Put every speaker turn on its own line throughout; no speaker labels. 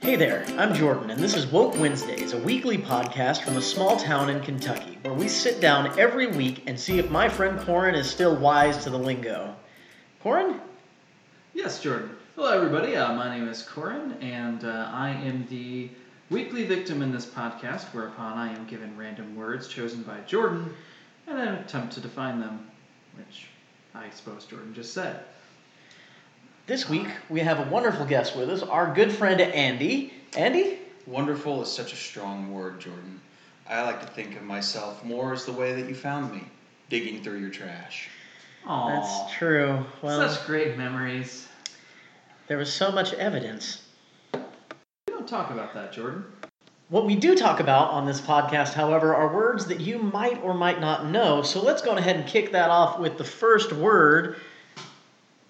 Hey there, I'm Jordan, and this is Woke Wednesdays, a weekly podcast from a small town in Kentucky where we sit down every week and see if my friend Corin is still wise to the lingo. Corin?
Yes, Jordan. Hello, everybody. Uh, my name is Corin, and uh, I am the weekly victim in this podcast, whereupon I am given random words chosen by Jordan and an attempt to define them, which I suppose Jordan just said.
This week we have a wonderful guest with us, our good friend Andy. Andy?
Wonderful is such a strong word, Jordan. I like to think of myself more as the way that you found me, digging through your trash.
Aww.
That's true. Well,
Such great memories.
there was so much evidence.
We don't talk about that, Jordan.
What we do talk about on this podcast, however, are words that you might or might not know. So let's go ahead and kick that off with the first word.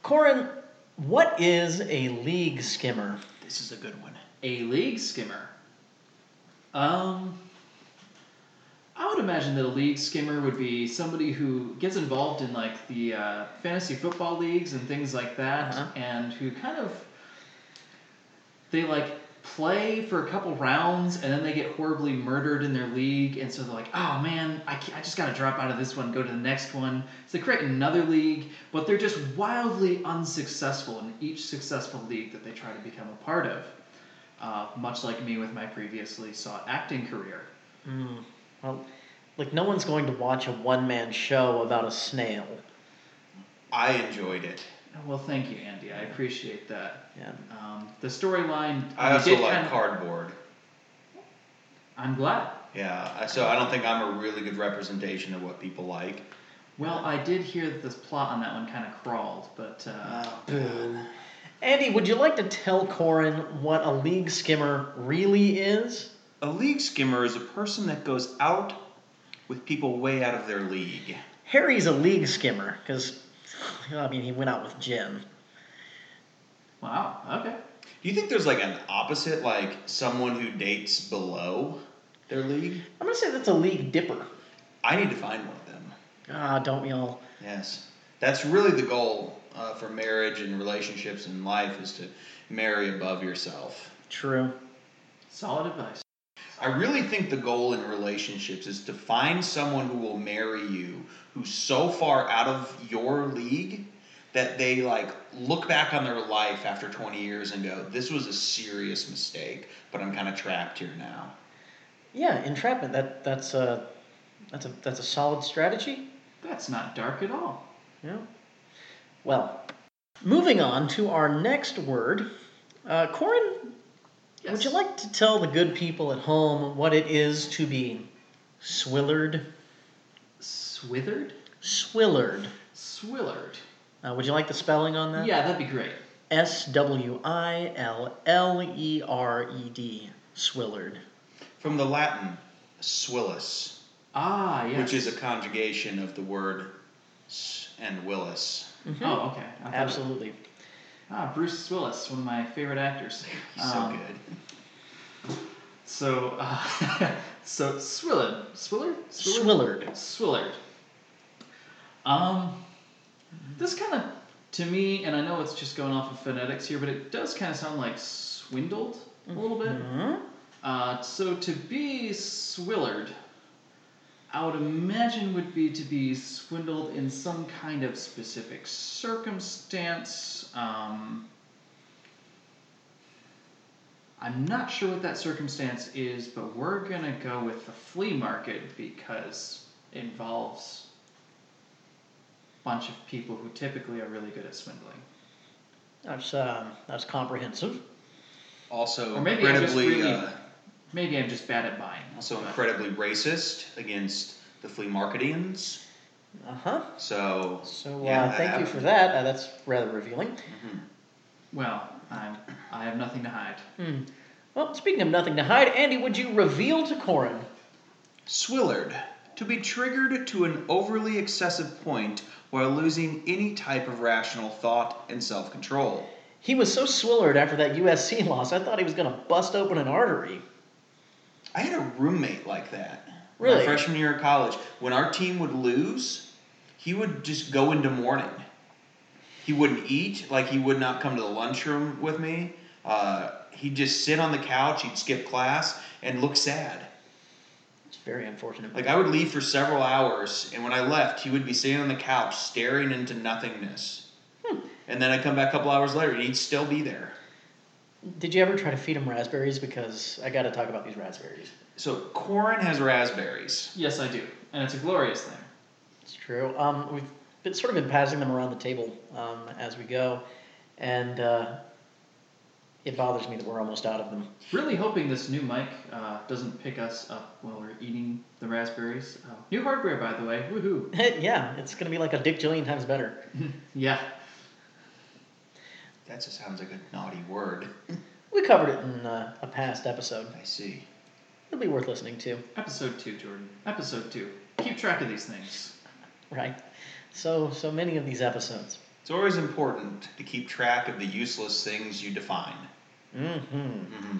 Corin, what is a league skimmer?
This is a good one.
A league skimmer. Um, I would imagine that a league skimmer would be somebody who gets involved in like the uh, fantasy football leagues and things like that,
Uh-huh.
and who kind of they like play for a couple rounds and then they get horribly murdered in their league and so they're like oh man i, ca- I just gotta drop out of this one go to the next one so they create another league but they're just wildly unsuccessful in each successful league that they try to become a part of uh, much like me with my previously sought acting career
Hmm. well, like no one's going to watch a one-man show about a snail.
I enjoyed it.
well thank you andy i appreciate that
Yeah.
um, the storyline
I
you
also
did
like
kind of-
cardboard.
i'm glad
Yeah, I- so I don't think I'm a really good representation of what people like.
well i did hear that this plot on that one kind of crawled but uh,
Andy, would you like to tell Corin what a league skimmer really is?
A league skimmer is a person that goes out with people way out of their league.
Harry's a league skimmer because, I mean, he went out with Jim.
wow okay
Do you think there's like an opposite, like someone who dates below their league?
I'm gonna say that's a league dipper.
I need to find one of them.
Ah, don't we all?
Yes, that's really the goal uh, for marriage and relationships and life is to marry above yourself.
True.
Solid advice.
I really think the goal in relationships is to find someone who will marry you who's so far out of your league that they like look back on their life after 20 years and go, "This was a serious mistake, but I'm kind of trapped here now."
Yeah, entrapment. That that's a that's a that's a solid strategy.
That's not dark at all.
Yeah. Well, moving on to our next word, uh, Corin. Would you like to tell the good people at home what it is to be swillered?
Swithered?
Swillered.
Swillard.
Uh, would you like the spelling on that?
Yeah, that'd be great.
S W I L L E R E D. Swillard.
From the Latin swillus,
Ah, yes.
which is a conjugation of the word s and willis.
Oh, okay. I thought-
Absolutely.
Ah, Bruce Willis, one of my favorite actors.
He's so
Um,
good.
So, uh, so Swillard. Swillard?
Swillard.
Swillard. Um, this kind of, to me, and I know it's just going off of phonetics here, but it does kind of sound like swindled a little bit.
Hmm?
Uh, so to be swillard, I would imagine would be to be swindled in some kind of specific circumstance. Um, I'm not sure what that circumstance is, but we're gonna go with the flea market because it involves a bunch of people who typically are really good at swindling.
That's um, that's comprehensive.
Also
Or maybe I'm just
incredibly
really-
uh,
Maybe I'm just bad at buying.
also
but-
incredibly racist against the flea marketians.
Uh huh.
So
So uh,
Yeah, that
thank you
happened.
for that. Uh, that's rather revealing.
Well, I'm, I have nothing to hide.
Hmm. Well, speaking of nothing to hide, Andy, would you reveal to Corin?
Swillard, to be triggered to an overly excessive point while losing any type of rational thought and self control.
He was so swillered after that USC loss, I thought he was going to bust open an artery.
I had a roommate like that.
Really?
My freshman year of college. When our team would lose, he would just go into mourning. He wouldn't eat, like he would not come to the lunchroom with me. Uh, he'd just sit on the couch, he'd skip class, and look sad.
It's very unfortunate.
Like I would leave for several hours, and when I left, he would be sitting on the couch staring into nothingness. And then I come back a couple hours later, and he'd still be there.
Did you ever try to feed him raspberries? Because I got to talk about these raspberries.
So Corin has raspberries.
Yes, I do, and it's a glorious thing.
It's true. Um, we've been, sort of been passing them around the table um, as we go, and uh, it bothers me that we're almost out of them.
Really hoping this new mic uh, doesn't pick us up while we're eating the raspberries. Uh, new hardware, by the way. Woohoo!
yeah, it's going to be like a dick jillion times better.
Yeah,
That just sounds like a naughty word.
We covered it in uh, a past episode.
I see.
It'll be worth listening to,
episode two, Jordan. Episode two. Keep track of these things.
right? So, so many of these episodes.
It's always important to keep track of the useless things you define.
Mm-hmm.
Mm-hmm.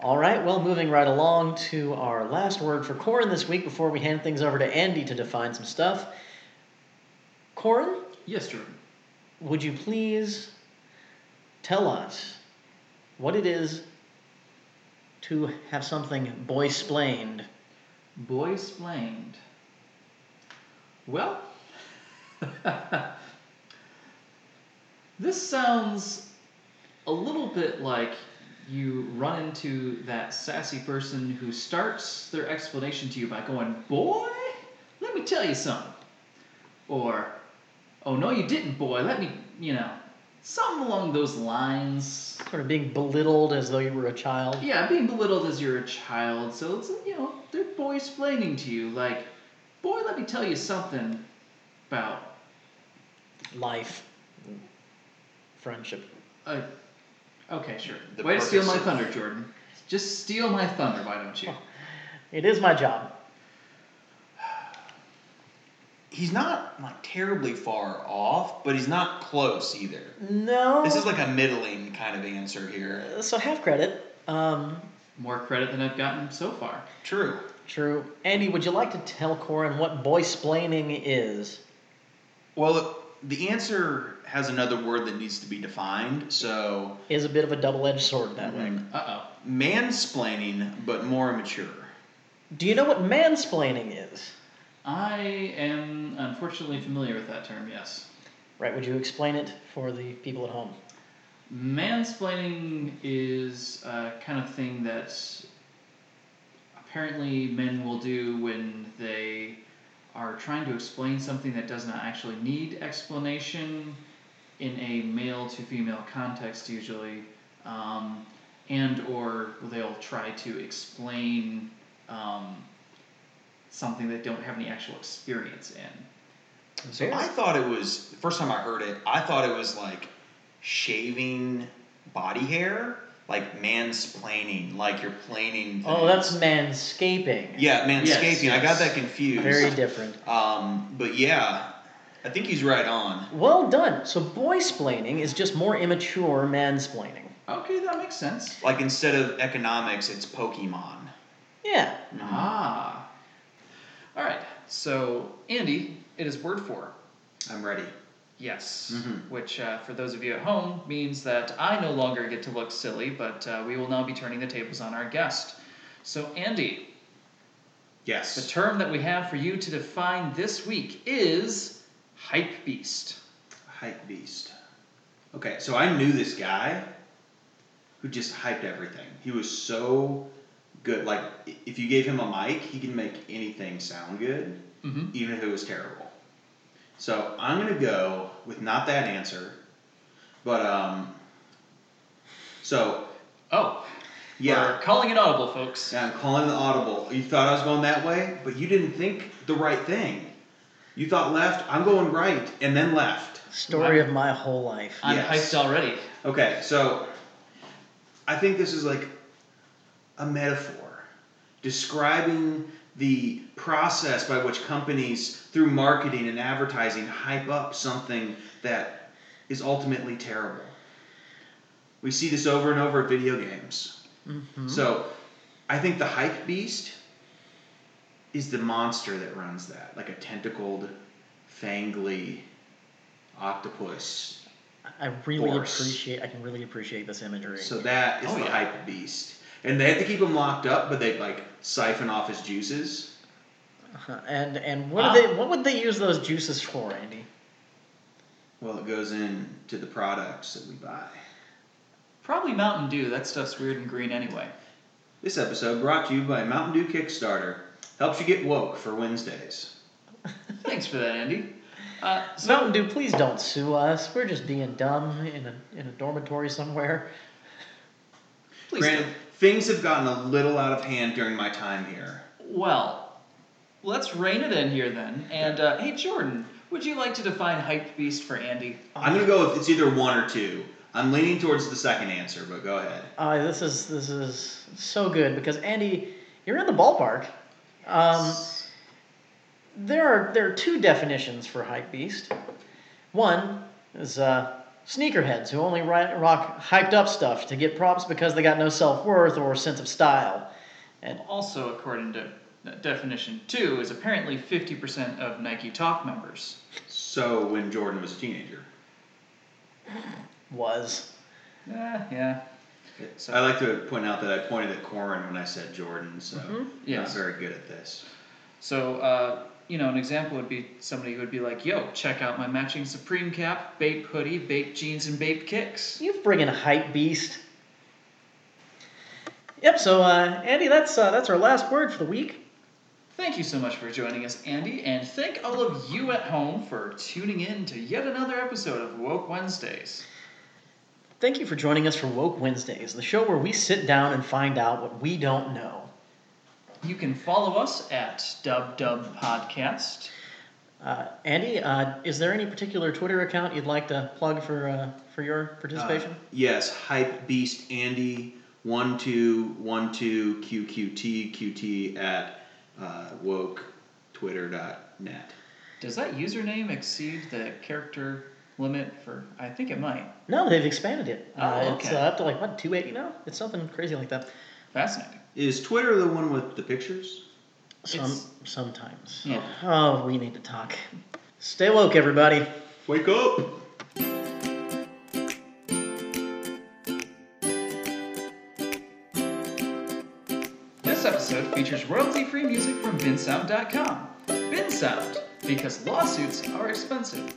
All right, well, moving right along to our last word for Corin this week before we hand things over to Andy to define some stuff. Corin,
Yes, Jordan.
would you please tell us what it is to have something boy splained?
Boy splained. Well, this sounds a little bit like you run into that sassy person who starts their explanation to you by going, Boy, let me tell you something. Or, Oh, no, you didn't, boy, let me, you know, something along those lines.
Sort of being belittled as though you were a child.
Yeah, being belittled as you're a child, so it's you know they're boy explaining to you like, boy, let me tell you something about
Life, friendship.
uh, okay, sure.
The
Way to steal my
purpose of-
thunder, Jordan. Just steal my thunder, why don't you?
It is my job.
He's not like terribly far off, but he's not close either.
No.
This is like a middling kind of answer here.
so half credit. Um,
More credit than I've gotten so far.
True.
true. Andy, would you like to tell Corin what boy splaining is?
Well, the answer has another word that needs to be defined. So,
Is a bit of a double-edged sword that way.
mm,
Uh oh.
mansplaining, but more mature.
Do you know what mansplaining is?
I am unfortunately familiar with that term. Yes.
Right, would you explain it for the people at home?
Mansplaining is a kind of thing that apparently men will do when they are trying to explain something that does not actually need explanation in a male to female context usually um, and or they'll try to explain um, something they don't have any actual experience in
So I thought it was the first time I heard it. I thought it was like shaving body hair, like mansplaining, like you're planing.
Oh,
things.
that's manscaping.
yeah, manscaping.
Yes,
I got
yes.
that confused.
Very different.
Um, but yeah, I think he's right on.
Well done. So boy splaining is just more immature mansplaining.
okay that makes sense
Like instead of economics, it's Pokemon.
Yeah. Uh-huh.
Ah. All right. So, Andy, it is word four.
I'm ready.
Yes.
Mhm.
Which, uh, for those of you at home, means that I no longer get to look silly, but uh, we will now be turning the tables on our guest. So, Andy, the
Yes.
term that we have for you to define this week is hype beast.
Hype beast. Okay, so I knew this guy who just hyped everything. He was so good. Like, i- if you gave him a mic, he can make anything sound good,
Mm-hmm.
even if it was terrible. So I'm gonna go with not that answer, but um. So
Oh,
yeah,
We're calling it audible, folks.
yeah, I'm calling the audible. You thought I was going that way, but you didn't think the right thing. You thought left. I'm going right, and then left.
Story of my whole life.
I'm
Yes.
hyped already.
Okay, so I think this is like a metaphor describing the process by which companies, through marketing and advertising, hype up something that is ultimately terrible. We see this over and over at video games.
Mhm.
So I think the hype beast is the monster that runs that, like a tentacled, fangly octopus
I really
Force.
appreciate. I can really appreciate this imagery.
So that is
Oh,
the
yeah.
hype beast. And they have to keep him locked up, but they like siphon off his juices.
Uh-huh. And and what
Wow.
do they? What would they use those juices for, Andy?
Well, it goes in to the products that we buy.
Probably Mountain Dew. That stuff's weird and green anyway.
This episode brought to you by Mountain Dew Kickstarter. Helps you get woke for Wednesdays.
Thanks for that, Andy. Uh, so
Mountain Dew, please don't sue us. We're just being dumb in a in a dormitory somewhere.
please
Granted, things have gotten a little out of hand during my time here.
don't. Well, let's rein it in here then. And uh, hey, Jordan, would you like to define hyped beast for Andy?
I'm gonna go with it's either one or two. I'm leaning towards the second answer, but go ahead.
Uh, this is this is so good because Andy, you're in the ballpark. Um, there are there are two definitions for hype beast. One is uh, sneakerheads who only ri- rock hyped up stuff to get props because they got no self worth or sense of style.
Also, according to that definition two, is apparently 50% of Nike Talk members.
So when Jordan was a teenager,
Was
Yeah, yeah.
I like to point out that I pointed at Corin when I said Jordan, so
Yes.
not very good at this.
So, uh, you know, an example would be somebody who would be like, yo, check out my matching Supreme cap, Bape hoodie, Bape jeans, and Bape kicks.
you friggin' hype beast? Yep. So uh, Andy, that's uh, that's our last word for the week.
Thank you so much for joining us, Andy, and thank all of you at home for tuning in to yet another episode of Woke Wednesdays.
Thank you for joining us for Woke Wednesdays, the show where we sit down and find out what we don't know.
You can follow us at DubDub Podcast.
Uh, Andy, uh, is there any particular Twitter account you'd like to plug for uh, for your participation?
Uh, yes, hype beast Andy one two one two QQT QT at uh, woke twitter.net.
Does that username exceed the character limit for? I think it might.
no, they've expanded it.
Oh,
uh, It's
okay.
uh, up to like what two eighty now? It's something crazy like that.
Fascinating.
Is Twitter the one with the pictures?
Some,
It's-
sometimes.
Yeah.
Oh, we need to talk. Stay woke, everybody.
Wake up!
This episode features royalty free music from binsound.com. Binsound, because lawsuits are expensive.